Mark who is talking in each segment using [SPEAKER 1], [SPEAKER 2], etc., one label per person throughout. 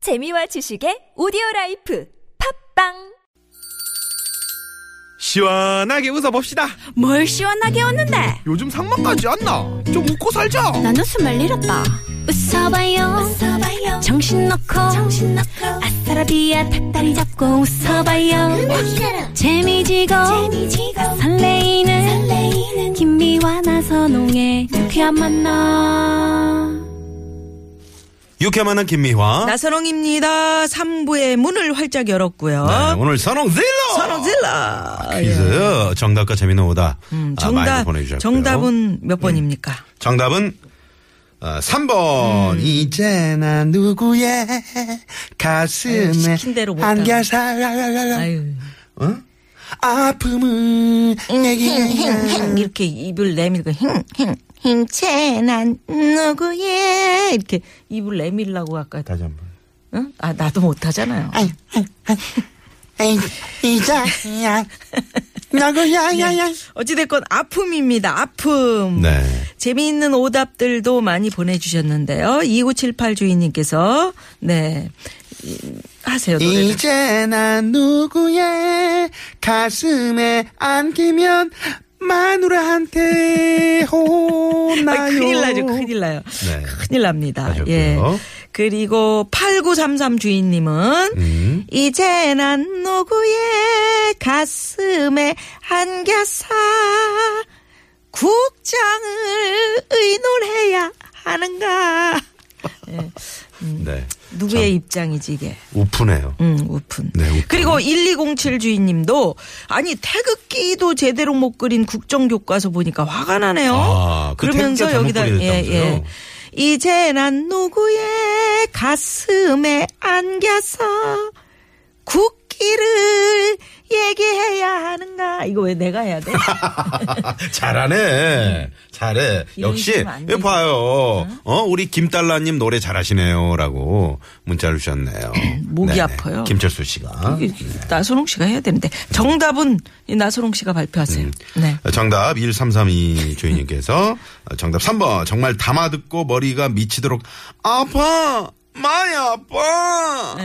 [SPEAKER 1] 재미와 지식의 오디오 라이프 팝빵
[SPEAKER 2] 시원하게 웃어봅시다.
[SPEAKER 3] 뭘 시원하게 웃는데
[SPEAKER 2] 요즘 상만까지 안 나. 좀 웃고 살자.
[SPEAKER 3] 난 웃음을 잃었다 웃어봐요, 정신 놓고 아싸라비아 닭다리 잡고 웃어봐요 재미지고, 설레이는, 김미와 나선홍의 유쾌한 만남
[SPEAKER 4] 유쾌 만한
[SPEAKER 5] 어?
[SPEAKER 4] 김미화.
[SPEAKER 5] 나선홍입니다. 3부의 문을 활짝 열었고요.
[SPEAKER 4] 네, 오늘 선홍질러. 아,
[SPEAKER 5] 선홍질라.
[SPEAKER 4] 퀴즈 정답과 재미는 오다.
[SPEAKER 5] 음,
[SPEAKER 4] 아, 많이
[SPEAKER 5] 정답,
[SPEAKER 4] 보내주셨고요.
[SPEAKER 5] 정답은 몇 번입니까?
[SPEAKER 4] 정답은 어,
[SPEAKER 5] 음.
[SPEAKER 4] 3번 이제 나 누구의
[SPEAKER 5] 아유,
[SPEAKER 4] 가슴에
[SPEAKER 5] 시킨 대로 못하네.
[SPEAKER 4] 안겨살
[SPEAKER 5] 아유,
[SPEAKER 4] 아픔을
[SPEAKER 5] 음, 네.
[SPEAKER 4] 내게
[SPEAKER 5] 힝, 이렇게 입을 내밀고 힝힝 힘채 난 누구예 이렇게 입을 내밀라고 아까
[SPEAKER 4] 다시 한번
[SPEAKER 5] 응? 아 나도 못하잖아요.
[SPEAKER 6] 이자야 나고야야야
[SPEAKER 5] 어찌됐건 아픔입니다. 아픔.
[SPEAKER 4] 네
[SPEAKER 5] 재미있는 오답들도 많이 보내주셨는데요. 2978 주인님께서 네 이, 하세요 노래를.
[SPEAKER 6] 이제 난 누구의 가슴에 안기면 마누라한테
[SPEAKER 5] 아,
[SPEAKER 6] 혼나요
[SPEAKER 5] 큰일 나죠. 큰일 나요.
[SPEAKER 4] 네.
[SPEAKER 5] 큰일 납니다.
[SPEAKER 4] 하셨고요.
[SPEAKER 5] 예. 그리고 8933 주인님은
[SPEAKER 4] 음.
[SPEAKER 5] 이제 난 누구의 가슴에 안겨사 국장을 의논해야 하는가.
[SPEAKER 4] 네.
[SPEAKER 5] 누구의 입장이지 이게.
[SPEAKER 4] 우프네요.
[SPEAKER 5] 음, 우픈.
[SPEAKER 4] 네, 우픈.
[SPEAKER 5] 그리고 1207 주인님도 아니 태극기도 제대로 못 그린 국정 교과서 보니까 화가 나네요. 예,
[SPEAKER 4] 아, 그 태극기가 잘못 그려졌다면서요?
[SPEAKER 5] 이제 난 누구의 가슴에 안겨서 국기를 얘기해야 하는가? 이거 왜 내가 해야 돼?
[SPEAKER 4] 잘하네. 잘해.
[SPEAKER 5] 이런
[SPEAKER 4] 역시
[SPEAKER 5] 식으로 안
[SPEAKER 4] 예,
[SPEAKER 5] 되지.
[SPEAKER 4] 봐요. 어 우리 김달라님 노래 잘하시네요라고 문자를 주셨네요.
[SPEAKER 5] 목이
[SPEAKER 4] 네네.
[SPEAKER 5] 아파요.
[SPEAKER 4] 김철수 씨가
[SPEAKER 5] 나선홍 씨가 해야 되는데 정답은 이 나선홍 씨가
[SPEAKER 4] 음.
[SPEAKER 5] 발표하세요. 네.
[SPEAKER 4] 정답 1332 주인님께서 정답 3번 정말 담아 듣고 머리가 미치도록 아파 많이
[SPEAKER 5] 네.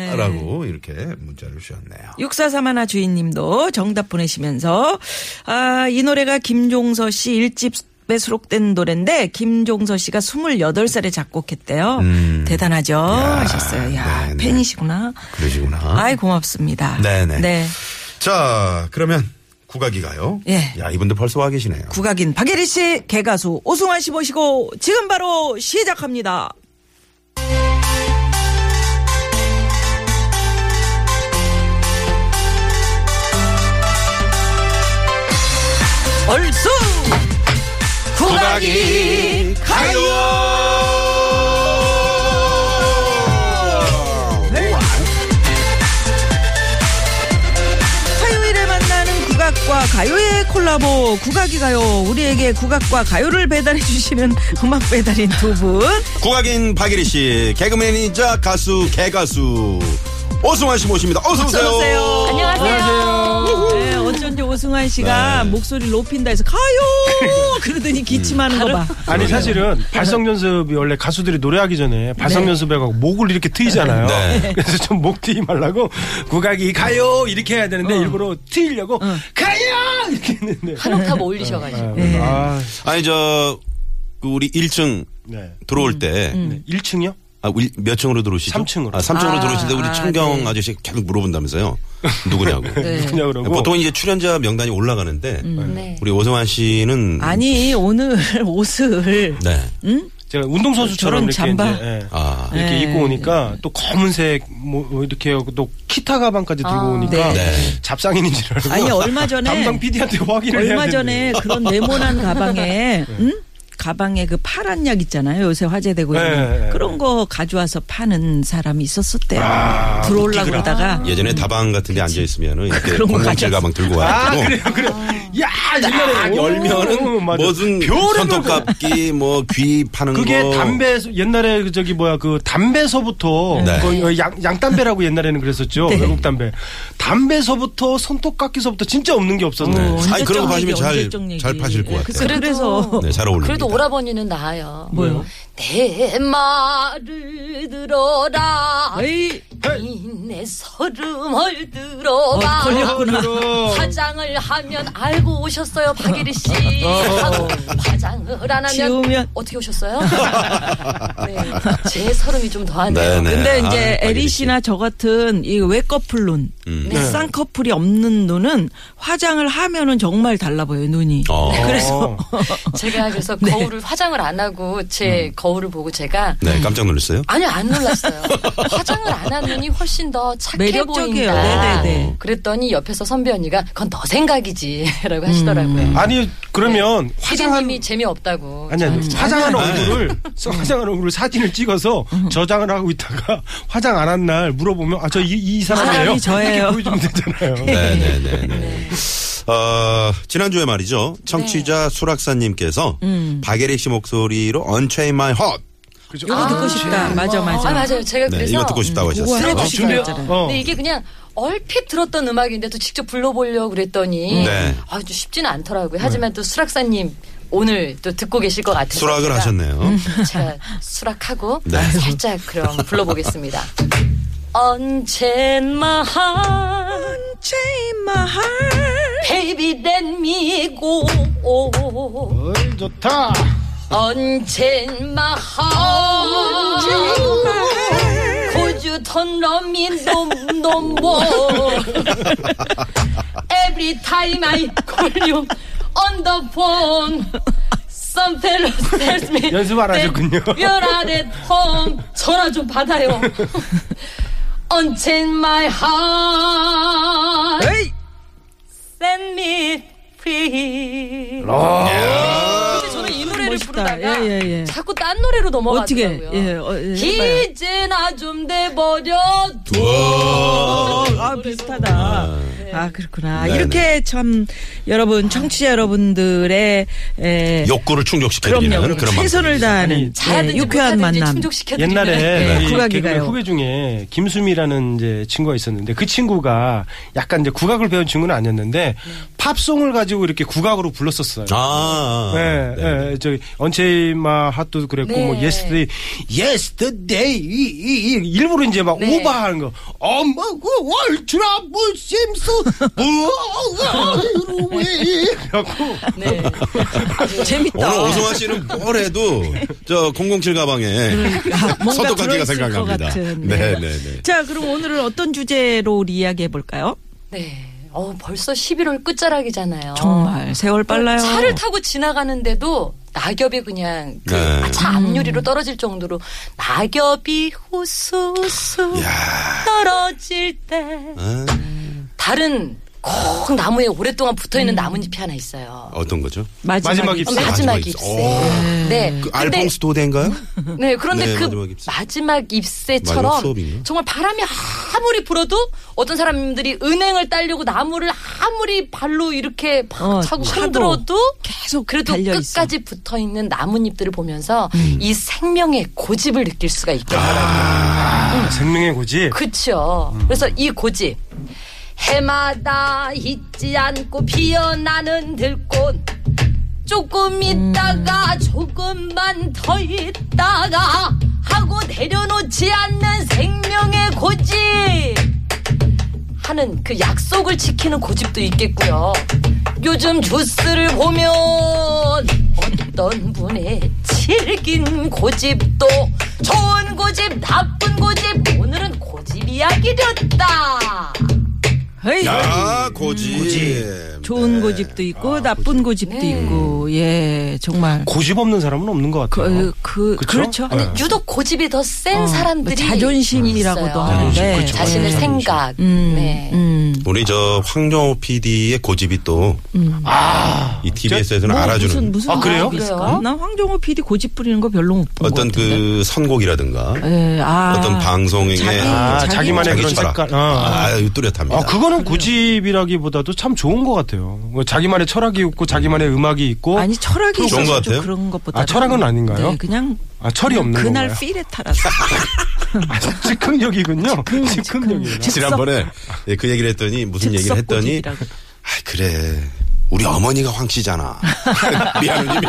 [SPEAKER 4] 아파라고 이렇게 문자를 주셨네요.
[SPEAKER 5] 6431 주인님도 정답 보내시면서 아, 이 노래가 김종서 씨 1집에 수록된 노래인데 김종서 씨가 28살에 작곡했대요.
[SPEAKER 4] 음.
[SPEAKER 5] 대단하죠. 하셨어요. 야,
[SPEAKER 4] 네네.
[SPEAKER 5] 팬이시구나.
[SPEAKER 4] 그러시구나.
[SPEAKER 5] 아이 고맙습니다.
[SPEAKER 4] 네네.
[SPEAKER 5] 네.
[SPEAKER 4] 자 그러면 국악이가요.
[SPEAKER 5] 예.
[SPEAKER 4] 야 이분들 벌써 와 계시네요.
[SPEAKER 5] 국악인 박예리 씨, 개가수 오승환 씨 모시고 지금 바로 시작합니다. 얼쑤 국악이
[SPEAKER 4] 가요.
[SPEAKER 5] 화요일에 만나는 국악과 가요의 콜라보 국악이 가요 우리에게 국악과 가요를 배달해 주시는 음악 배달인 두분
[SPEAKER 4] 국악인 박예리 씨, 개그맨이자 가수 개가수 오승환 씨 모십니다. 어서 오세요.
[SPEAKER 5] 안녕하세요. 네, 어쩐지 오승환 씨가
[SPEAKER 4] 네.
[SPEAKER 5] 목소리 높인다 해서 가요. 그러더니 기침하는
[SPEAKER 4] 음.
[SPEAKER 5] 거 봐.
[SPEAKER 7] 아니 사실은 발성 연습이 원래 가수들이 노래하기 전에 발성
[SPEAKER 5] 네.
[SPEAKER 7] 연습해가고 목을 이렇게 트이잖아요.
[SPEAKER 4] 네.
[SPEAKER 7] 그래서 좀 목 트이 말라고 국악이 가요 이렇게 해야
[SPEAKER 5] 어.
[SPEAKER 7] 되는데 일부러 트이려고 가요 이렇게 했는데.
[SPEAKER 8] 한옥탑 어울리셔가지고.
[SPEAKER 7] 아,
[SPEAKER 5] 네.
[SPEAKER 7] 그래서 아,
[SPEAKER 4] 아니 저그 우리 1층
[SPEAKER 7] 네.
[SPEAKER 4] 들어올
[SPEAKER 5] 음.
[SPEAKER 4] 때.
[SPEAKER 7] 네. 1층요?
[SPEAKER 4] 아, 우리 몇 층으로 들어오시죠?
[SPEAKER 7] 삼 층으로.
[SPEAKER 4] 아, 3층으로
[SPEAKER 5] 아,
[SPEAKER 4] 들어오시는데 우리
[SPEAKER 5] 아,
[SPEAKER 4] 청경
[SPEAKER 5] 네.
[SPEAKER 4] 아, 저씨 계속 물어본다면서요. 누구냐고.
[SPEAKER 7] 네. 그냥 그러고. 네.
[SPEAKER 4] 보통 이제 출연자 명단이 올라가는데 우리 오승환 씨는
[SPEAKER 5] 음. 네. 아니 오늘 옷을
[SPEAKER 4] 네.
[SPEAKER 7] 제가 운동선수처럼
[SPEAKER 5] 저런
[SPEAKER 7] 이렇게
[SPEAKER 5] 잠바.
[SPEAKER 7] 이제, 예.
[SPEAKER 4] 아.
[SPEAKER 7] 이렇게
[SPEAKER 5] 네.
[SPEAKER 7] 입고 오니까 또 검은색 뭐 이렇게 하고 또 키타 가방까지 들고 오니까
[SPEAKER 4] 네.
[SPEAKER 7] 잡상인인 줄 알고
[SPEAKER 5] 아, 아니 얼마 전에
[SPEAKER 7] 담당 PD한테 확인을 해야
[SPEAKER 5] 얼마
[SPEAKER 7] 되는데.
[SPEAKER 5] 전에 그런 네모난 가방에 응? 가방에 그 파란 약 있잖아요. 요새 화제되고 있는
[SPEAKER 7] 네.
[SPEAKER 5] 그런 거 가져와서 파는 사람이 있었었대요. 들어오려고 그러다가
[SPEAKER 4] 아, 예전에 다방 같은 데 앉아 있으면은 이렇게
[SPEAKER 5] 그런 거
[SPEAKER 4] 공공칠
[SPEAKER 5] 가져왔어.
[SPEAKER 4] 가방 들고
[SPEAKER 7] 아,
[SPEAKER 4] 와가지고
[SPEAKER 7] 그래요, 그래요. 야,
[SPEAKER 4] 딱
[SPEAKER 7] 옛날에 오,
[SPEAKER 4] 열면은
[SPEAKER 7] 맞아.
[SPEAKER 4] 무슨
[SPEAKER 7] 별의별
[SPEAKER 4] 손톱깎이 뭐 귀 파는
[SPEAKER 7] 그게
[SPEAKER 4] 거
[SPEAKER 7] 담배 옛날에 그 저기 뭐야 그 담배서부터
[SPEAKER 4] 네.
[SPEAKER 7] 그 어, 양, 양담배라고 옛날에는 그랬었죠 외국 담배 담배서부터 손톱깎이서부터 진짜 없는 게 없었네
[SPEAKER 5] 뭐 언제적
[SPEAKER 4] 아니, 그런 거
[SPEAKER 5] 얘기,
[SPEAKER 4] 봐주면 잘-
[SPEAKER 5] 언제적 얘기.
[SPEAKER 4] 잘 파실 것
[SPEAKER 5] 예,
[SPEAKER 4] 같아요.
[SPEAKER 5] 그래서- 그래서
[SPEAKER 4] 네, 잘 어울립니다.
[SPEAKER 8] 그래도 오라버니는 나아요.
[SPEAKER 5] 뭐요?
[SPEAKER 8] 내 말을 들어라.
[SPEAKER 5] 에이
[SPEAKER 8] 내 서름을
[SPEAKER 5] 아,
[SPEAKER 8] 들어가
[SPEAKER 7] 아,
[SPEAKER 8] 화장을 하면 알고 오셨어요 박예리 씨 하고 화장을 안 하면
[SPEAKER 5] 지우면.
[SPEAKER 8] 어떻게 오셨어요? 네, 제 서름이 좀 더하네요.
[SPEAKER 5] 근데
[SPEAKER 4] 아,
[SPEAKER 5] 이제
[SPEAKER 4] 박예리
[SPEAKER 5] 에리
[SPEAKER 4] 씨.
[SPEAKER 5] 씨나 저 같은 이 외꺼풀 눈,
[SPEAKER 4] 음. 네.
[SPEAKER 5] 쌍꺼풀이 없는 눈은 화장을 하면은 정말 달라 보여요 눈이.
[SPEAKER 4] 어.
[SPEAKER 5] 그래서
[SPEAKER 8] 제가 그래서
[SPEAKER 5] 네.
[SPEAKER 8] 거울을 화장을 안 하고 제
[SPEAKER 7] 음.
[SPEAKER 8] 거울을 보고 제가
[SPEAKER 4] 네, 깜짝 놀랐어요.
[SPEAKER 8] 아니 안 놀랐어요. 화장을 안 한 눈이 훨씬 더 착해
[SPEAKER 5] 매력적이에요.
[SPEAKER 8] 보인다.
[SPEAKER 5] 네네네.
[SPEAKER 8] 그랬더니 옆에서 선배 언니가 그건 너 생각이지라고 하시더라고요.
[SPEAKER 5] 음.
[SPEAKER 7] 음. 아니 그러면 화장한
[SPEAKER 8] 피디님이 재미없다고.
[SPEAKER 7] 아니 아니 화장한 얼굴을 써- 화장한 얼굴을 사진을 찍어서 저장을 하고 있다가 화장 안 한 날 물어보면 아 저 이 사람이에요.
[SPEAKER 5] 사람이 저예요.
[SPEAKER 7] 이렇게 보여주면 되잖아요.
[SPEAKER 4] 네네네. 어, 지난주에 말이죠. 청취자
[SPEAKER 5] 네.
[SPEAKER 4] 수락사님께서
[SPEAKER 5] 음.
[SPEAKER 4] 박예리 씨 목소리로 Unchain My Heart.
[SPEAKER 5] 요거
[SPEAKER 7] 아,
[SPEAKER 5] 듣고 싶다. 맞아 맞아.
[SPEAKER 8] 아 맞아요. 제가
[SPEAKER 4] 네,
[SPEAKER 8] 그래서 음,
[SPEAKER 4] 이거 듣고 싶다고
[SPEAKER 5] 그거
[SPEAKER 4] 하셨어요.
[SPEAKER 5] 해보고 싶다
[SPEAKER 7] 준비요?
[SPEAKER 5] 했잖아요.
[SPEAKER 7] 어.
[SPEAKER 8] 근데 이게 그냥 얼핏 들었던 음악인데 또 직접 불러보려고 그랬더니
[SPEAKER 4] 네.
[SPEAKER 8] 아주 쉽지는 않더라고요. 하지만 또 수락사님 오늘 또 듣고 계실 것 같아서
[SPEAKER 4] 수락을
[SPEAKER 8] 제가
[SPEAKER 4] 하셨네요.
[SPEAKER 5] 음.
[SPEAKER 8] 제가 수락하고
[SPEAKER 4] 네.
[SPEAKER 8] 살짝 그럼 불러보겠습니다. 언제나
[SPEAKER 5] Chain my heart.
[SPEAKER 8] baby let me go
[SPEAKER 7] 어이, 좋다.
[SPEAKER 8] 언제나 Could you turn on me no, no more? Every time I call you on the phone, some fellow tells me.
[SPEAKER 7] 연습 안 하셨군요.
[SPEAKER 8] that You're not at home. 전화 좀 받아요. Unchain my heart.
[SPEAKER 5] 에이!
[SPEAKER 8] Send me free.
[SPEAKER 7] 아.
[SPEAKER 8] 근데 저는 이 노래를
[SPEAKER 5] 멋있다.
[SPEAKER 8] 부르다가
[SPEAKER 5] 예, 예, 예.
[SPEAKER 8] 자꾸 딴 노래로
[SPEAKER 5] 어떻게?
[SPEAKER 8] 넘어가더라고요.
[SPEAKER 5] 예, 어, 예, 해봐요.
[SPEAKER 8] 이제 나 좀 돼버려
[SPEAKER 5] 아 비슷하다. 아 그렇구나.
[SPEAKER 4] 네,
[SPEAKER 5] 이렇게 참 여러분 청취자 여러분들의 에,
[SPEAKER 4] 욕구를 충족시켜드리는
[SPEAKER 5] 그럼요.
[SPEAKER 4] 그런
[SPEAKER 5] 최선을 다하는
[SPEAKER 8] 잘하든지
[SPEAKER 5] 예, 유쾌한
[SPEAKER 8] 못하든지
[SPEAKER 5] 만남.
[SPEAKER 8] 충족시켜드리는
[SPEAKER 7] 옛날에
[SPEAKER 5] 네.
[SPEAKER 7] 우리
[SPEAKER 5] 국악이가요.
[SPEAKER 7] 개그맨 후배 중에 김수미라는 이제 친구가 있었는데 그 친구가 약간 이제 국악을 배운 친구는 아니었는데 팝송을 가지고 이렇게 국악으로 불렀었어요.
[SPEAKER 4] 아, 아,
[SPEAKER 7] 예,
[SPEAKER 4] 네.
[SPEAKER 7] 예, 저기 언체마 핫도 그랬고
[SPEAKER 8] 네.
[SPEAKER 7] 뭐 yesterday, yesterday 이, 이, 이, 일부러 이제 막
[SPEAKER 8] 네.
[SPEAKER 7] 오버하는 거. 엄마 그 월트라 무심스 뭐라고
[SPEAKER 8] 네.
[SPEAKER 5] 재밌다.
[SPEAKER 4] 오늘 오승환 씨는 뭘 해도 저 007 가방에
[SPEAKER 5] 음. 뭔가
[SPEAKER 4] 서독가기가
[SPEAKER 5] 들어있을 것
[SPEAKER 4] 생각납니다.
[SPEAKER 5] 같은.
[SPEAKER 4] 네,
[SPEAKER 5] 네.
[SPEAKER 4] 네, 네.
[SPEAKER 5] 자, 그럼 오늘은 어떤 주제로 이야기해 볼까요?
[SPEAKER 8] 네. 어, 벌써 11월 끝자락이잖아요.
[SPEAKER 7] 어.
[SPEAKER 5] 정말 세월 빨라요.
[SPEAKER 8] 차를 타고 지나가는데도 낙엽이 그냥 그
[SPEAKER 4] 네.
[SPEAKER 8] 차
[SPEAKER 5] 음.
[SPEAKER 8] 앞유리로 떨어질 정도로 낙엽이 후수수 떨어질 때
[SPEAKER 4] 아,
[SPEAKER 8] 다른 콩 나무에 오랫동안 붙어
[SPEAKER 5] 음.
[SPEAKER 8] 있는 나뭇잎이 하나 있어요.
[SPEAKER 4] 어떤 거죠?
[SPEAKER 5] 마지막,
[SPEAKER 7] 마지막
[SPEAKER 5] 입술.
[SPEAKER 7] 입술.
[SPEAKER 8] 마지막
[SPEAKER 4] 마지막
[SPEAKER 8] 잎새.
[SPEAKER 4] 잎새.
[SPEAKER 8] 네.
[SPEAKER 4] 그
[SPEAKER 8] 근데
[SPEAKER 4] 알퐁스 도대인가요?
[SPEAKER 8] 네, 그런데
[SPEAKER 4] 네,
[SPEAKER 8] 그
[SPEAKER 4] 마지막 잎새.
[SPEAKER 8] 마지막
[SPEAKER 4] 마지막
[SPEAKER 8] 잎새처럼
[SPEAKER 4] 수업이네요.
[SPEAKER 8] 정말 바람이 아무리 불어도 어떤 사람들이 은행을 따려고 나무를 아무리 발로 이렇게 팍
[SPEAKER 5] 어,
[SPEAKER 8] 차고
[SPEAKER 5] 차도
[SPEAKER 8] 흔들어도
[SPEAKER 5] 계속
[SPEAKER 8] 그래도
[SPEAKER 5] 달려 있어.
[SPEAKER 8] 끝까지 붙어 있는 나뭇잎들을 보면서
[SPEAKER 4] 음.
[SPEAKER 8] 이 생명의 고집을 느낄 수가 있겠더라고요.
[SPEAKER 7] 생명의 고집.
[SPEAKER 8] 그렇죠. 그래서 이 고집 해마다 잊지 않고 피어나는 들꽃 조금 있다가 조금만 더 있다가 하고 내려놓지 않는 생명의 고집 하는 그 약속을 지키는 고집도 있겠고요. 요즘 주스를 보면 어떤 분의 질긴 고집도 좋은 고집, 나쁜 고집, 오늘은 고집 이야기였다.
[SPEAKER 5] 헤이.
[SPEAKER 4] 아, 고집.
[SPEAKER 5] 네. 좋은
[SPEAKER 4] 네.
[SPEAKER 5] 고집도 있고 나쁜 고집도 있고 예 정말
[SPEAKER 7] 고집 없는 사람은 없는 것 같아요.
[SPEAKER 4] 어.
[SPEAKER 5] 그, 그,
[SPEAKER 7] 그쵸?
[SPEAKER 5] 그렇죠.
[SPEAKER 7] 네.
[SPEAKER 5] 어,
[SPEAKER 8] 유독 고집이 더 센 사람들이
[SPEAKER 5] 자존심이라고도
[SPEAKER 8] 있어요.
[SPEAKER 5] 하는데
[SPEAKER 7] 그렇죠.
[SPEAKER 8] 자신의
[SPEAKER 7] 자존심.
[SPEAKER 8] 생각,
[SPEAKER 5] 음,
[SPEAKER 8] 네.
[SPEAKER 5] 음.
[SPEAKER 4] 우리 저 황정호 PD의 고집이 또, 이 TBS에서는
[SPEAKER 5] 음. 뭐,
[SPEAKER 4] 알아주는
[SPEAKER 5] 무슨 무슨
[SPEAKER 7] 아, 그래요?
[SPEAKER 5] 고집이 있을까?
[SPEAKER 8] 그래요?
[SPEAKER 5] 난 황정호 PD 고집 부리는 거 별로 못 본 것
[SPEAKER 4] 어떤
[SPEAKER 5] 같은데.
[SPEAKER 4] 그 선곡이라든가
[SPEAKER 5] 예, 아.
[SPEAKER 4] 어떤 방송의
[SPEAKER 5] 그, 자기- 어,
[SPEAKER 7] 아, 자기만의
[SPEAKER 4] 자기
[SPEAKER 7] 그런
[SPEAKER 4] 주라.
[SPEAKER 7] 색깔.
[SPEAKER 4] 아,
[SPEAKER 7] 아.
[SPEAKER 4] 아유, 뚜렷합니다.
[SPEAKER 7] 아, 그거는 고집이라기보다도 참 좋은 것 같아요. 뭐 자기만의 철학이 있고 자기만의 음악이 있고
[SPEAKER 5] 아니 철학이
[SPEAKER 4] 어? 좋은 것
[SPEAKER 5] 있어서
[SPEAKER 4] 같아요?
[SPEAKER 5] 좀 그런 것보다
[SPEAKER 7] 아, 철학은 아닌가요?
[SPEAKER 5] 네, 그냥
[SPEAKER 7] 아, 철이
[SPEAKER 5] 그냥
[SPEAKER 7] 없는
[SPEAKER 5] 그날
[SPEAKER 7] 건가요?
[SPEAKER 5] 필에 따라서
[SPEAKER 7] 아, 즉흥력이군요. 즉흥력이에요.
[SPEAKER 4] 지난번에 예, 그 얘기를 했더니 무슨 얘기를
[SPEAKER 5] 즉석
[SPEAKER 4] 했더니
[SPEAKER 5] 고집이라고.
[SPEAKER 4] 아,
[SPEAKER 5] 그렇죠.
[SPEAKER 4] 그래. 우리 어머니가 황 씨잖아. 미아누님이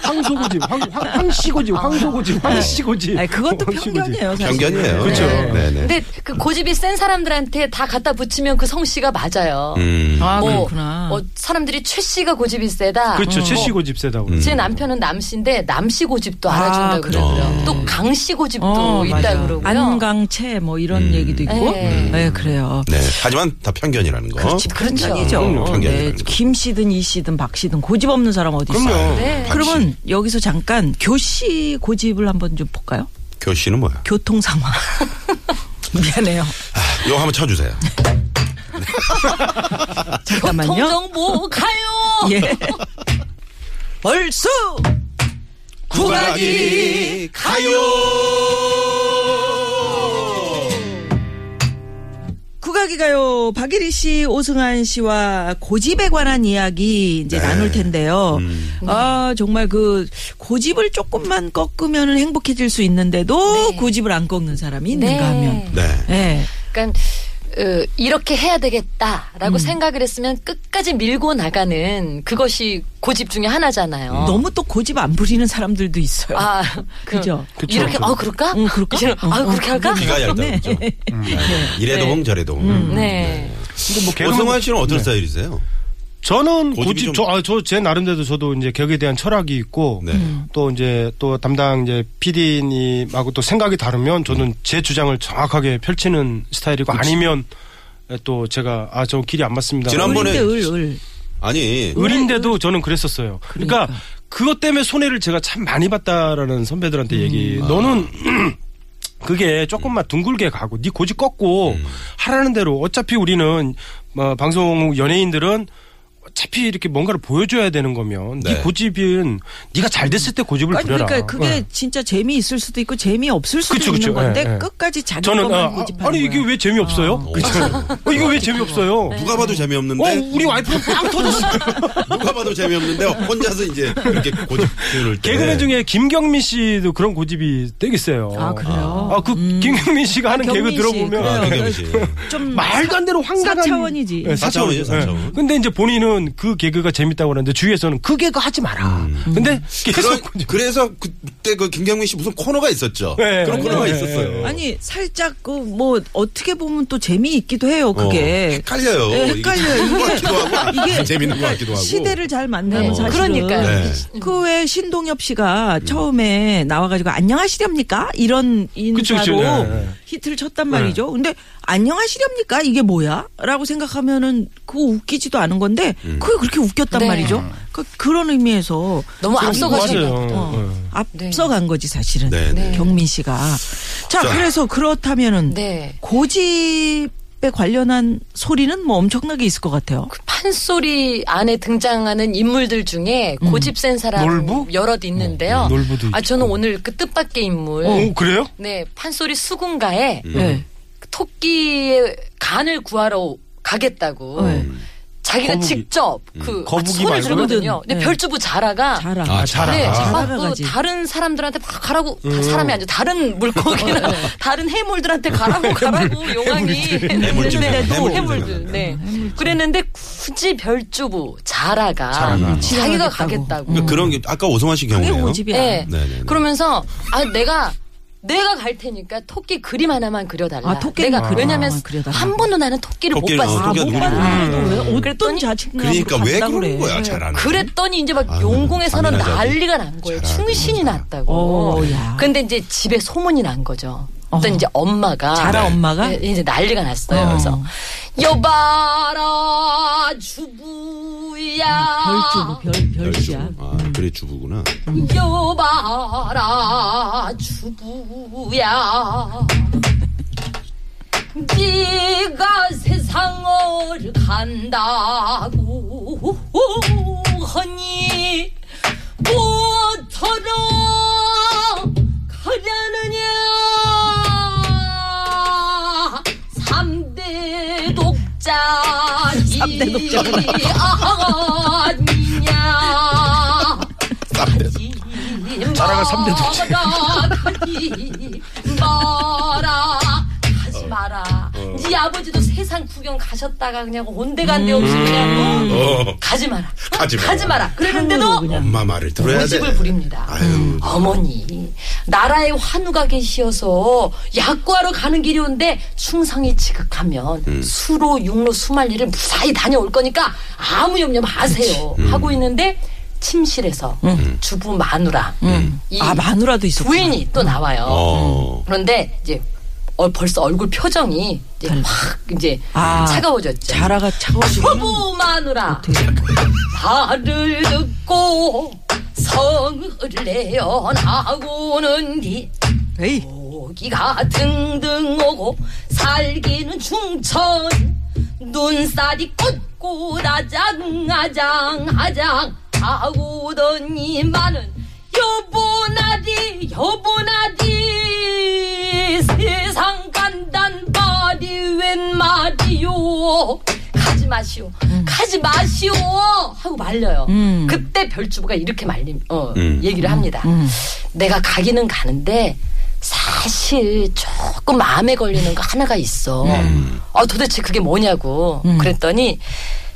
[SPEAKER 7] 황소고집, 황, 황, 황씨고집, 황소고집, 황씨고집.
[SPEAKER 5] 아. 네.
[SPEAKER 7] 어,
[SPEAKER 5] 아니, 그것도
[SPEAKER 7] 황씨고집.
[SPEAKER 5] 편견이에요. 사실.
[SPEAKER 4] 편견이에요.
[SPEAKER 7] 그렇죠.
[SPEAKER 4] 네네.
[SPEAKER 8] 근데 그 고집이 센 사람들한테 다 갖다 붙이면 그 성씨가 맞아요.
[SPEAKER 4] 음.
[SPEAKER 5] 아
[SPEAKER 8] 뭐,
[SPEAKER 5] 그렇구나.
[SPEAKER 8] 어, 사람들이 최 씨가 고집이 세다.
[SPEAKER 5] 음.
[SPEAKER 7] 그렇죠.
[SPEAKER 8] 어.
[SPEAKER 7] 최씨고집 세다고.
[SPEAKER 4] 음.
[SPEAKER 8] 제 남편은 남씨인데 남씨 고집도
[SPEAKER 5] 아,
[SPEAKER 8] 알아준다고 그러고요.
[SPEAKER 4] 그래요?
[SPEAKER 8] 또 강씨 고집도
[SPEAKER 5] 어, 맞아.
[SPEAKER 8] 있다고 그러고요.
[SPEAKER 5] 안강채 뭐 이런
[SPEAKER 4] 음.
[SPEAKER 5] 얘기도 있고.
[SPEAKER 8] 네.
[SPEAKER 5] 네, 그래요.
[SPEAKER 4] 네. 하지만 다 편견이라는 거.
[SPEAKER 5] 그렇지 편견이죠.
[SPEAKER 4] 음, 편견이라는
[SPEAKER 5] 네,
[SPEAKER 4] 거.
[SPEAKER 5] 김 씨든 이 씨든 박 씨든 고집 없는 사람 어디 있어요?
[SPEAKER 4] 아,
[SPEAKER 7] 그럼요.
[SPEAKER 8] 네.
[SPEAKER 5] 그러면 여기서 잠깐 교씨 고집을 한번 좀 볼까요?
[SPEAKER 4] 교씨는 뭐야?
[SPEAKER 5] 교통 상황. 미안해요.
[SPEAKER 4] 이거 한번 쳐주세요.
[SPEAKER 5] 잠깐만요.
[SPEAKER 8] 교통정보 뭐 가요.
[SPEAKER 5] 예. 얼쑤
[SPEAKER 4] 구박이 가요.
[SPEAKER 5] 국악이 가요. 박일희 씨, 오승환 씨와 고집에 관한 이야기 이제
[SPEAKER 4] 네.
[SPEAKER 5] 나눌 텐데요.
[SPEAKER 4] 음.
[SPEAKER 5] 아, 정말 그 고집을 조금만 꺾으면 행복해질 수 있는데도 고집을 안 꺾는 사람이 있는가 하면.
[SPEAKER 4] 네.
[SPEAKER 5] 네.
[SPEAKER 8] 그러니까 어, 이렇게 해야 되겠다라고 생각을 했으면 끝까지 밀고 나가는 그것이 고집 중에 하나잖아요.
[SPEAKER 5] 음. 너무 또 고집 안 부리는 사람들도 있어요.
[SPEAKER 8] 아, 그,
[SPEAKER 5] 그죠.
[SPEAKER 7] 그쵸,
[SPEAKER 8] 이렇게
[SPEAKER 7] 그쵸.
[SPEAKER 8] 어 그럴까?
[SPEAKER 5] 응, 그럴까?
[SPEAKER 8] 이런, 아
[SPEAKER 5] 어,
[SPEAKER 8] 그렇게
[SPEAKER 5] 어,
[SPEAKER 8] 할까?
[SPEAKER 5] 그게
[SPEAKER 4] 기가 얇다.
[SPEAKER 5] 네. 음,
[SPEAKER 4] 그죠? 이래도 홍 저래도 홍.
[SPEAKER 8] 네.
[SPEAKER 7] 근데 뭐 개그맨-
[SPEAKER 4] 음. 오승환 씨는 어떤
[SPEAKER 7] 네.
[SPEAKER 4] 스타일이세요?
[SPEAKER 7] 저는
[SPEAKER 4] 고집이
[SPEAKER 7] 고집
[SPEAKER 4] 좀-
[SPEAKER 7] 저 아 저 제 나름대로 저도 이제 격에 대한 철학이 있고
[SPEAKER 4] 네.
[SPEAKER 5] 음.
[SPEAKER 7] 또 이제 또 담당 이제 PD님하고 또 생각이 다르면
[SPEAKER 4] 네.
[SPEAKER 7] 저는 제 주장을 정확하게 펼치는 스타일이고 아니면 또 제가 아 저 길이 안 맞습니다.
[SPEAKER 4] 지난번-
[SPEAKER 5] 을인데
[SPEAKER 4] 지난번에-
[SPEAKER 5] 을, 을.
[SPEAKER 4] 아니
[SPEAKER 5] 네.
[SPEAKER 7] 을인데도 저는 그랬었어요. 그러니까,
[SPEAKER 5] 그러니까.
[SPEAKER 7] 그것 때문에 손해를 제가 참 많이 봤다라는 선배들한테 얘기.
[SPEAKER 5] 음. 아.
[SPEAKER 7] 너는 그게 조금만 둥글게 가고 네 고집 꺾고
[SPEAKER 5] 음.
[SPEAKER 7] 하라는 대로 어차피 우리는 뭐 방송 연예인들은 어차피 이렇게 뭔가를 보여줘야 되는 거면 네,
[SPEAKER 4] 네.
[SPEAKER 7] 고집은 네가 잘 됐을 때 고집을
[SPEAKER 5] 아니
[SPEAKER 7] 부려라.
[SPEAKER 5] 그러니까 그게
[SPEAKER 7] 네.
[SPEAKER 5] 진짜 재미 있을 수도 있고 재미 없을 수도
[SPEAKER 7] 그쵸,
[SPEAKER 5] 있는
[SPEAKER 7] 그쵸.
[SPEAKER 5] 건데
[SPEAKER 7] 예, 예.
[SPEAKER 5] 끝까지 자기
[SPEAKER 7] 저는
[SPEAKER 5] 것만
[SPEAKER 7] 아,
[SPEAKER 5] 고집하는
[SPEAKER 7] 아니 이게
[SPEAKER 5] 거예요.
[SPEAKER 7] 왜 재미없어요?
[SPEAKER 4] 어.
[SPEAKER 7] 어, 이게 왜 재미없어요?
[SPEAKER 5] 네.
[SPEAKER 4] 누가 봐도 재미없는데
[SPEAKER 7] 어 우리 와이프가 빵 터졌어요.
[SPEAKER 4] 누가 봐도 재미없는데 혼자서 이제 이렇게 고집 표현을 때.
[SPEAKER 7] 개그맨 중에 김경민 씨도 그런 고집이 되게 세요.
[SPEAKER 5] 아 그래요.
[SPEAKER 7] 아, 그 김경민 씨가 하는
[SPEAKER 5] 아,
[SPEAKER 7] 개그
[SPEAKER 5] 경민 씨,
[SPEAKER 7] 들어보면
[SPEAKER 4] 아,
[SPEAKER 5] 그래요.
[SPEAKER 4] 김경민 씨.
[SPEAKER 5] 좀
[SPEAKER 7] 말도 안 되는 황당한
[SPEAKER 5] 사차원이지.
[SPEAKER 7] 네,
[SPEAKER 4] 사차원이죠, 사차원.
[SPEAKER 7] 네. 근데 이제 본인은 그 개그가 재밌다고 그러는데 주위에서는 그 개그 하지 마라. 근데
[SPEAKER 4] 음. 그런,
[SPEAKER 7] 네. 계속 고집-
[SPEAKER 4] 그래서 그때 그 김경민 씨 무슨 코너가 있었죠.
[SPEAKER 7] 네.
[SPEAKER 4] 그런 코너가
[SPEAKER 7] 네.
[SPEAKER 4] 있었어요.
[SPEAKER 5] 아니 살짝 그 뭐 어떻게 보면 또 재미있기도 해요 그게
[SPEAKER 4] 어, 헷갈려요.
[SPEAKER 5] 네, 헷갈려요.
[SPEAKER 4] 이게 재밌는 것 같기도 하고
[SPEAKER 5] 이게
[SPEAKER 4] 재밌는 것 같기도 하고.
[SPEAKER 5] 시대를 잘 만나는
[SPEAKER 4] 네.
[SPEAKER 5] 사실은
[SPEAKER 8] 그러니까요.
[SPEAKER 4] 네.
[SPEAKER 5] 그외 신동엽 씨가 처음에 나와가지고 안녕하시렵니까 이런
[SPEAKER 7] 그쵸, 그쵸.
[SPEAKER 5] 인사로
[SPEAKER 7] 네, 네.
[SPEAKER 5] 히트를 쳤단 말이죠.
[SPEAKER 4] 네.
[SPEAKER 5] 근데 안녕하시렵니까 이게 뭐야?라고 생각하면은 그거 웃기지도 않은 건데
[SPEAKER 4] 음.
[SPEAKER 5] 그게 그렇게 웃겼단
[SPEAKER 8] 네.
[SPEAKER 5] 말이죠. 그 그런 의미에서
[SPEAKER 8] 너무 앞서가시는
[SPEAKER 7] 음. 맞아요.
[SPEAKER 5] 어,
[SPEAKER 7] 네.
[SPEAKER 5] 앞서간 거지 사실은
[SPEAKER 4] 네, 네.
[SPEAKER 5] 경민 씨가 자,
[SPEAKER 4] 자.
[SPEAKER 5] 그래서 그렇다면은
[SPEAKER 8] 네.
[SPEAKER 5] 고집에 관련한 소리는 뭐 엄청나게 있을 것 같아요.
[SPEAKER 8] 그 판소리 안에 등장하는 인물들 중에 고집 센 사람
[SPEAKER 7] 음. 놀부?
[SPEAKER 8] 여럿 있는데요.
[SPEAKER 7] 어, 놀부도
[SPEAKER 8] 아
[SPEAKER 7] 있고.
[SPEAKER 8] 저는 오늘 그 뜻밖의 인물.
[SPEAKER 7] 오, 어. 그래요?
[SPEAKER 8] 네, 판소리 수군가에
[SPEAKER 7] 음.
[SPEAKER 4] 음.
[SPEAKER 8] 그
[SPEAKER 5] 네.
[SPEAKER 8] 토끼의 간을 구하러 가겠다고.
[SPEAKER 5] 네.
[SPEAKER 8] 자기가
[SPEAKER 7] 어. 거북이. 음.
[SPEAKER 8] 직접 그
[SPEAKER 7] 거북이
[SPEAKER 8] 손을
[SPEAKER 7] 말고는?
[SPEAKER 8] 들거든요. 근데
[SPEAKER 5] 네.
[SPEAKER 8] 별주부 자라가
[SPEAKER 5] 자라.
[SPEAKER 4] 아, 음. 잘하.
[SPEAKER 8] 네,
[SPEAKER 5] 아.
[SPEAKER 8] 막
[SPEAKER 5] 자라가
[SPEAKER 8] 또
[SPEAKER 5] 가지.
[SPEAKER 8] 다른 사람들한테 막 가라고 다 사람이 아니죠. 다른 물고기나 다른 해물들한테 가라고 가라고 용왕이
[SPEAKER 4] 어. 해물들.
[SPEAKER 8] 네, 네,
[SPEAKER 4] 해물들.
[SPEAKER 8] 해물들. 네. 그랬는데 굳이 별주부 자라가
[SPEAKER 7] 자라가.
[SPEAKER 8] 자기가
[SPEAKER 5] 가겠다고.
[SPEAKER 8] 가겠다고.
[SPEAKER 4] 그러니까 그런 게 아까 오성환 씨
[SPEAKER 5] 그게
[SPEAKER 4] 경우에요.
[SPEAKER 5] 고집이야.
[SPEAKER 8] 네.
[SPEAKER 4] 네, 네, 네.
[SPEAKER 8] 그러면서 아 내가 내가 갈 테니까 토끼 그림 하나만 그려달라.
[SPEAKER 5] 아, 토끼
[SPEAKER 8] 내가
[SPEAKER 5] 그림
[SPEAKER 8] 왜냐면
[SPEAKER 5] 하나만 그려달라.
[SPEAKER 8] 한 번도 나는 토끼를
[SPEAKER 4] 토끼를-
[SPEAKER 8] 못
[SPEAKER 4] 어,
[SPEAKER 8] 봤어.
[SPEAKER 4] 토끼가
[SPEAKER 5] 못
[SPEAKER 4] 누구를
[SPEAKER 5] 봤는데도 왜 어떤
[SPEAKER 8] 그랬더니
[SPEAKER 5] 자신감으로
[SPEAKER 4] 그러니까 왜
[SPEAKER 5] 갔다고
[SPEAKER 4] 그러는
[SPEAKER 5] 그래.
[SPEAKER 4] 거야, 잘하는.
[SPEAKER 8] 그랬더니 이제 막
[SPEAKER 4] 아,
[SPEAKER 8] 용궁에서는
[SPEAKER 4] 밤이라도
[SPEAKER 8] 난리가 난 거예요.
[SPEAKER 4] 잘하는구나.
[SPEAKER 8] 충신이 났다고.
[SPEAKER 5] 오, 야.
[SPEAKER 8] 근데 이제 집에 소문이 난 거죠. 일단
[SPEAKER 5] 어허.
[SPEAKER 8] 이제 엄마가
[SPEAKER 5] 자라
[SPEAKER 4] 네.
[SPEAKER 5] 엄마가
[SPEAKER 8] 예, 이제 난리가 났어요.
[SPEAKER 5] 어.
[SPEAKER 8] 그래서 여봐라 주부야
[SPEAKER 5] 음, 뭐 별주부 별 별주야.
[SPEAKER 4] 아, 그래 주부구나.
[SPEAKER 8] 여봐라 주부야 네가 세상을 간다고 하니 뭐하러 가려느냐 삼대 독자 삼대 독자 아니냐
[SPEAKER 7] 자라가 삼대 독재.
[SPEAKER 8] 마라 가지 마라 가지 마라 네 우리 아버지도 세상 구경 가셨다가 그냥 온데간데 없이 그냥 어,
[SPEAKER 4] 어,
[SPEAKER 8] 가지 마라.
[SPEAKER 4] 가지 마라.
[SPEAKER 8] 가지 마라. 그랬는데도
[SPEAKER 4] 엄마 말을 들어야 돼.
[SPEAKER 8] 고집을 부립니다. 음,
[SPEAKER 4] 아유.
[SPEAKER 8] 어머니, 나라에 환우가 계시어서 약구하러 가는 길이 온데 충성이 지극하면
[SPEAKER 4] 음.
[SPEAKER 8] 수로 육로 수만리를 무사히 다녀올 거니까 아무 염려 마세요.
[SPEAKER 4] 음.
[SPEAKER 8] 하고 있는데 침실에서 주부 마누라, 이
[SPEAKER 5] 음. 아, 마누라도 있었구나.
[SPEAKER 8] 부인이 또 나와요.
[SPEAKER 4] 음.
[SPEAKER 8] 음.
[SPEAKER 4] 어.
[SPEAKER 8] 그런데 이제 어, 벌써 얼굴 표정이 이제 확 이제
[SPEAKER 5] 음. 아,
[SPEAKER 8] 차가워졌죠.
[SPEAKER 5] 자라가 차가워지고
[SPEAKER 8] 부부 마누라 나를 듣고 성을 내어나고는디
[SPEAKER 5] 에이
[SPEAKER 8] 고기가 등등 오고 살기는 충천 눈살이 꽂고 아장 아장 아장 하고던 이만은 여보나디 여보나디 세상 간단 말이 웬 말이요 가지 마시오 가지 마시오 하고 말려요 그때 별주부가 이렇게 말림 어
[SPEAKER 4] 음.
[SPEAKER 8] 얘기를 합니다 내가 가기는 가는데 사실 조금 마음에 걸리는 거 하나가 있어.
[SPEAKER 5] 네.
[SPEAKER 8] 아 도대체 그게 뭐냐고.
[SPEAKER 5] 음.
[SPEAKER 8] 그랬더니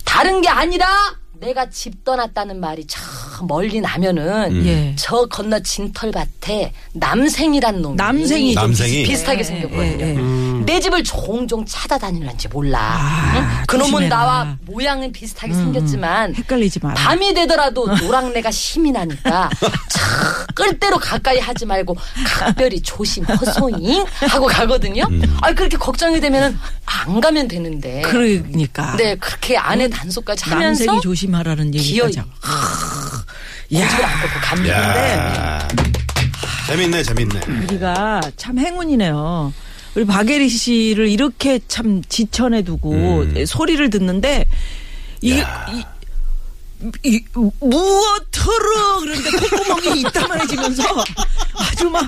[SPEAKER 8] 다른 게 아니라 내가 집 떠났다는 말이 저 멀리 나면은
[SPEAKER 5] 예.
[SPEAKER 8] 저 건너 진털밭에 남생이란 놈이
[SPEAKER 5] 남생이 좀
[SPEAKER 4] 남생이
[SPEAKER 8] 비슷하게
[SPEAKER 5] 예,
[SPEAKER 8] 생겼거든요.
[SPEAKER 5] 예, 예.
[SPEAKER 4] 음.
[SPEAKER 8] 내 집을 종종 찾아다니는지 몰라.
[SPEAKER 5] 아,
[SPEAKER 8] 응? 그놈은
[SPEAKER 5] 조심해라. 음,
[SPEAKER 8] 나와 모양은 비슷하게 생겼지만
[SPEAKER 5] 헷갈리지 마라.
[SPEAKER 8] 밤이 되더라도 노랑내가 힘이 나니까 차, 끌대로 가까이 하지 말고 각별히 조심 허소잉 하고 가거든요. 아 그렇게 걱정이 되면은 안 가면 되는데.
[SPEAKER 5] 그러니까
[SPEAKER 8] 예. 네 그렇게 안에 단속까지 하면서
[SPEAKER 5] 남생이 조심하라는
[SPEAKER 8] 기어이
[SPEAKER 5] 얘기까지. 하고. 야.
[SPEAKER 8] 집을 안 걷고 갑니다.
[SPEAKER 4] 야. 재밌네, 재밌네.
[SPEAKER 5] 우리가 참 행운이네요. 우리 박예리 씨를 이렇게 참 지천에 두고
[SPEAKER 4] 음.
[SPEAKER 5] 소리를 듣는데 이게 이, 이, 무엇으로 그런데 콧구멍이 이따만해지면서 아주 막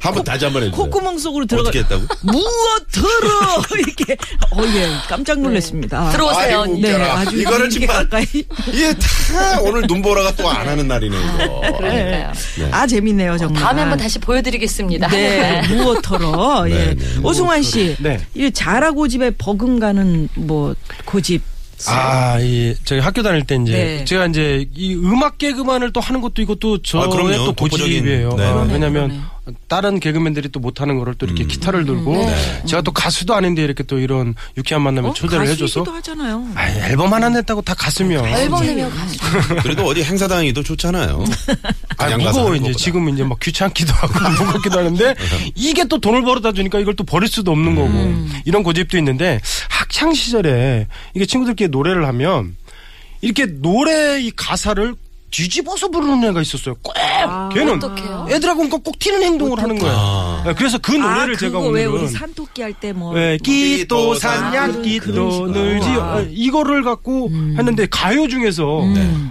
[SPEAKER 4] 한번 다시 한번
[SPEAKER 7] 그렇죠.
[SPEAKER 4] 해주세요.
[SPEAKER 5] 콧구멍 속으로 들어가
[SPEAKER 4] 어떻게 했다고?
[SPEAKER 5] 무엇으로 이렇게 어예 깜짝 놀랐습니다.
[SPEAKER 8] 네. 들어오세요.
[SPEAKER 4] 아이고,
[SPEAKER 8] 언니.
[SPEAKER 5] 네,
[SPEAKER 4] 웃겨라.
[SPEAKER 5] 아주
[SPEAKER 4] 이거를
[SPEAKER 5] 이렇게
[SPEAKER 4] 정말
[SPEAKER 5] 가까이.
[SPEAKER 7] 네.
[SPEAKER 4] 이게 다 오늘 눈보라가 또 안 하는 날이네, 이거.
[SPEAKER 8] 그러니까요.
[SPEAKER 5] 아 재밌네요 정말.
[SPEAKER 8] 다음에 한번 다시 보여드리겠습니다.
[SPEAKER 5] 네, 무어터러. 예.
[SPEAKER 4] 네, 네.
[SPEAKER 5] 오승환 씨,
[SPEAKER 7] 네.
[SPEAKER 5] 이 잘하고 집에 버금가는 뭐 고집.
[SPEAKER 7] 아, 이 저희 학교 다닐 때 이제
[SPEAKER 5] 네.
[SPEAKER 7] 제가 이제 이 음악 개그만을 또 하는 것도 이것도
[SPEAKER 4] 아,
[SPEAKER 7] 저의
[SPEAKER 4] 그럼요.
[SPEAKER 7] 또
[SPEAKER 4] 독보적인,
[SPEAKER 7] 고집이에요.
[SPEAKER 4] 네.
[SPEAKER 7] 아,
[SPEAKER 4] 그러네,
[SPEAKER 7] 왜냐면 다른 개그맨들이 또 못하는 거를 또 이렇게
[SPEAKER 4] 음.
[SPEAKER 7] 기타를 들고 제가 또 가수도 아닌데 이렇게 또 이런 유쾌한 만남에 초대를 해줘서
[SPEAKER 5] 어, 가수이기도 하잖아요.
[SPEAKER 7] 아, 앨범 하나 냈다고 다 가수면
[SPEAKER 8] 앨범 내면 가시죠.
[SPEAKER 4] 그래도 어디 행사 다니기도 좋잖아요.
[SPEAKER 7] 아,
[SPEAKER 4] 그냥 가서
[SPEAKER 7] 무거워
[SPEAKER 4] 하는
[SPEAKER 7] 이제
[SPEAKER 4] 것보다.
[SPEAKER 7] 지금 은 이제 막 귀찮기도 하고 무겁기도 하는데 이게 또 돈을 벌어다 주니까 이걸 또 버릴 수도
[SPEAKER 4] 음.
[SPEAKER 7] 없는 거고 이런 고집도 있는데 학창 시절에 이게 친구들끼리 노래를 하면 이렇게 노래 이 가사를 뒤집어서 부르는 애가 있었어요. 꼭 걔는
[SPEAKER 8] 어떡해요?
[SPEAKER 7] 애들하고는 꼭 튀는 행동을 하는 거예요.
[SPEAKER 4] 아.
[SPEAKER 7] 네, 그래서 그
[SPEAKER 5] 아,
[SPEAKER 7] 노래를 제가
[SPEAKER 5] 그거 왜 우리
[SPEAKER 7] 오늘은 네,
[SPEAKER 5] 산토끼 할 때 뭐.
[SPEAKER 7] 왜 끼또
[SPEAKER 5] 아,
[SPEAKER 7] 산양 끼또
[SPEAKER 5] 그런
[SPEAKER 7] 늘지
[SPEAKER 5] 식으로. 아. 음.
[SPEAKER 7] 어, 이거를 갖고 했는데 가요 중에서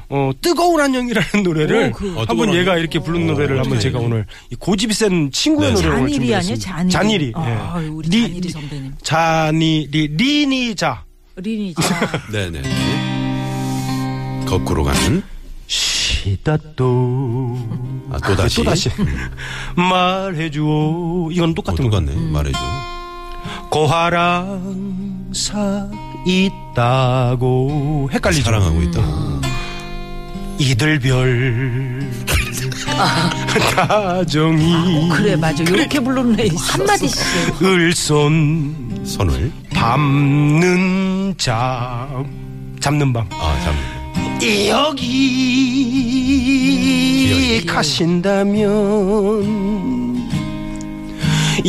[SPEAKER 7] 어, 뜨거운 안녕이라는 노래를
[SPEAKER 5] 네. 오, 그- 어,
[SPEAKER 4] 어, 뜨거운
[SPEAKER 7] 한번 얘가
[SPEAKER 4] 안녕.
[SPEAKER 7] 이렇게 부른 노래를 한번 제가 오늘 이 고집이 센 친구의
[SPEAKER 4] 네.
[SPEAKER 7] 노래를 오늘
[SPEAKER 5] 잔일이 아니에요?
[SPEAKER 7] 그 준비했습니다.
[SPEAKER 5] 잔일이.
[SPEAKER 7] 잔일이.
[SPEAKER 5] 아,
[SPEAKER 7] 예.
[SPEAKER 5] 우리
[SPEAKER 7] 리-
[SPEAKER 5] 잔일이 선배님.
[SPEAKER 7] 잔일이 리니자
[SPEAKER 5] 린이
[SPEAKER 4] 네네. 거꾸로 가는.
[SPEAKER 7] 시다또
[SPEAKER 4] 아, 또 다시.
[SPEAKER 7] 또 다시 말해주오 이건 똑같은 거
[SPEAKER 4] 똑같네. 말해줘.
[SPEAKER 7] 고하랑 사 있다고 헷갈리죠.
[SPEAKER 4] 사랑하고 있다.
[SPEAKER 7] 이들별 다정이
[SPEAKER 5] 그래, 맞아.
[SPEAKER 7] 음.
[SPEAKER 5] 요렇게 부르는 애 있어.
[SPEAKER 8] 한마디씩.
[SPEAKER 7] 을손
[SPEAKER 4] 선을.
[SPEAKER 7] 밟는 자 잡는 밤
[SPEAKER 4] 아, 잠.
[SPEAKER 7] 여기 가신다면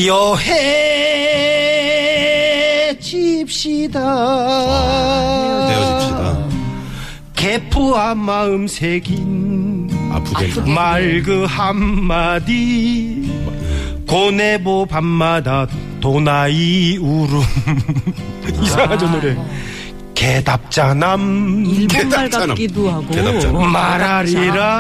[SPEAKER 7] 여해 집시다
[SPEAKER 4] 아, 헤어집시다.
[SPEAKER 7] 개포한 마음 새긴
[SPEAKER 4] 아프게.
[SPEAKER 7] 말 그 한마디 고내보 밤마다 도나이 울음 이상하죠 노래
[SPEAKER 4] 아.
[SPEAKER 7] 개답자남
[SPEAKER 5] 일본말
[SPEAKER 4] 대답잖아.
[SPEAKER 5] 같기도 하고.
[SPEAKER 4] 대답잖아.
[SPEAKER 7] 말하리라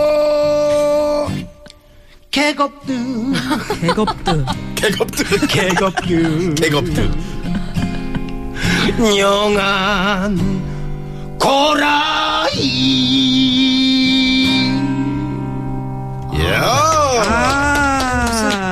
[SPEAKER 7] 영안이라고 개겁드
[SPEAKER 5] 대겁드.
[SPEAKER 4] 개겁들.
[SPEAKER 7] 개겁드
[SPEAKER 4] 개겁들.
[SPEAKER 7] 영한 고라이
[SPEAKER 4] 예.
[SPEAKER 5] 아.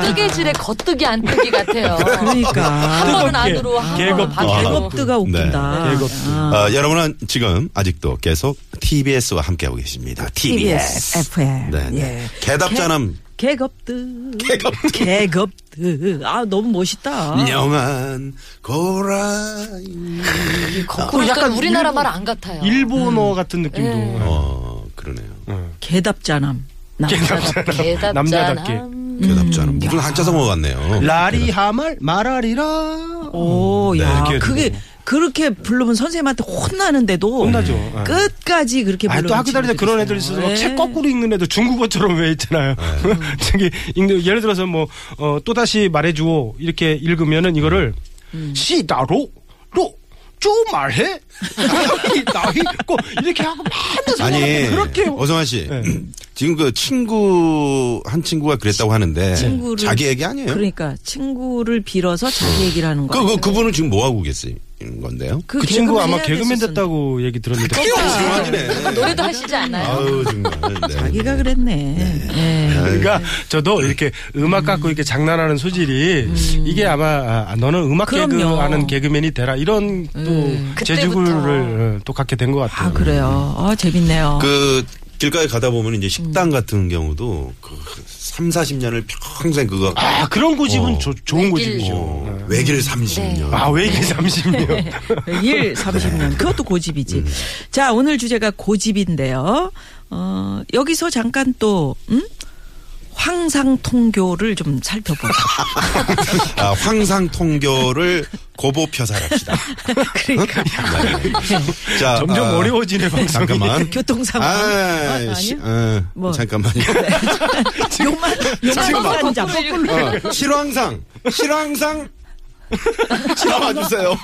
[SPEAKER 8] 사계질의 겉뜨기 안 뜨기 같아요. 한
[SPEAKER 5] 그러니까.
[SPEAKER 8] 번은 안으로 한 번은
[SPEAKER 7] 계급.
[SPEAKER 8] 밖으로.
[SPEAKER 5] 개겁드가 웃긴다.
[SPEAKER 7] 아. 네, 개겁드.
[SPEAKER 4] 어, 여러분은 지금 아직도 계속 TBS와 함께하고 계십니다. TBS.
[SPEAKER 7] 예.
[SPEAKER 5] TBS, FM.
[SPEAKER 4] 네, 네.
[SPEAKER 5] 예.
[SPEAKER 4] 개답자남
[SPEAKER 5] 개겁드. 어. 개겁드. 아, 너무 멋있다.
[SPEAKER 4] 영한 고라이.
[SPEAKER 8] 거꾸로 약간 우리나라 말 안 같아요.
[SPEAKER 7] 일본어 같은 느낌도.
[SPEAKER 4] 어, 그러네요.
[SPEAKER 5] 음. 개답자남.
[SPEAKER 8] 아, 개답- 개답잖아.
[SPEAKER 7] 남자답게.
[SPEAKER 4] 개답자남. 무슨 한자성 어같네요
[SPEAKER 7] 라리 하말 말하리라.
[SPEAKER 5] 오, 야,
[SPEAKER 7] 이렇게
[SPEAKER 5] 그게 그렇게 부르면 선생님한테 혼나는데도
[SPEAKER 7] 혼나죠.
[SPEAKER 4] 네.
[SPEAKER 7] 예.
[SPEAKER 5] 끝까지 그렇게
[SPEAKER 7] 아,
[SPEAKER 5] 부르는
[SPEAKER 7] 또 학교 다닐 때 그런 애들 있어서
[SPEAKER 5] 예.
[SPEAKER 7] 막 책 거꾸로 읽는 애들 중국어처럼 왜 있잖아요.
[SPEAKER 4] 네.
[SPEAKER 7] 저기 읽는 예를 들어서 뭐 어, 또다시 말해주오 이렇게 읽으면은 이거를 음. 시다로 로쪼 말해 나이 나이 꼭 이렇게 하고 맨날
[SPEAKER 4] 아니,
[SPEAKER 7] 그렇게
[SPEAKER 5] 뭐-
[SPEAKER 4] 오성환 씨.
[SPEAKER 5] 네.
[SPEAKER 4] 지금 그 친구, 한 친구가 그랬다고 하는데.
[SPEAKER 5] 네. 친구를-
[SPEAKER 4] 자기 얘기
[SPEAKER 7] 네?
[SPEAKER 4] 아니에요?
[SPEAKER 5] 그러니까 친구를 빌어서 자기 얘기를 하는
[SPEAKER 4] 그,
[SPEAKER 5] 거.
[SPEAKER 4] 그, 그분은 지금 뭐하고 계신 건데요?
[SPEAKER 7] 그 친구 아마 개그맨 됐다고 얘기 들었는데
[SPEAKER 5] 그러니까.
[SPEAKER 4] 정환이네.
[SPEAKER 8] 아, 노래도 하시지 않아요?
[SPEAKER 4] 아유, 정말. 네.
[SPEAKER 5] 자기가 그랬네. 예.
[SPEAKER 7] 그러니까 저도 이렇게 음악 갖고 이렇게 장난하는 소질이 이게 아마 아, 너는 음악
[SPEAKER 5] 그럼요.
[SPEAKER 7] 개그하는 개그맨이 되라 이런 또 재주를 어, 또 갖게 된 것 같아요.
[SPEAKER 5] 아 그래요. 아 재밌네요.
[SPEAKER 4] 그 길가에 가다 보면 이제 식당 같은 경우도 그 3, 40년을 평생 그거
[SPEAKER 7] 아, 그런 고집은
[SPEAKER 4] 어.
[SPEAKER 7] 조- 좋은
[SPEAKER 8] 외길.
[SPEAKER 7] 고집이죠.
[SPEAKER 5] 네.
[SPEAKER 4] 어, 외길 30년.
[SPEAKER 7] 아, 왜 이게 30년?
[SPEAKER 5] 1,
[SPEAKER 7] 네.
[SPEAKER 5] 30년. 그것도 고집이지. 자, 오늘 주제가 고집인데요. 어, 여기서 잠깐 또, 음? 황상통교를 좀 살펴보자.
[SPEAKER 4] 아, 황상 통교를 고보 펴살합시다. 네.
[SPEAKER 5] 그러니까.
[SPEAKER 4] 자,
[SPEAKER 7] 점점
[SPEAKER 4] 아,
[SPEAKER 7] 어려워지네, 방송이.
[SPEAKER 4] 잠깐만.
[SPEAKER 5] 교통상황.
[SPEAKER 4] 아,
[SPEAKER 5] 아,
[SPEAKER 4] 씨,
[SPEAKER 5] 아니요?
[SPEAKER 4] 아,
[SPEAKER 5] 뭐. 네.
[SPEAKER 4] 잠깐만요.
[SPEAKER 5] 욕만, 욕만 간장.
[SPEAKER 4] 어, 실황상, 실황상. 나와주세요.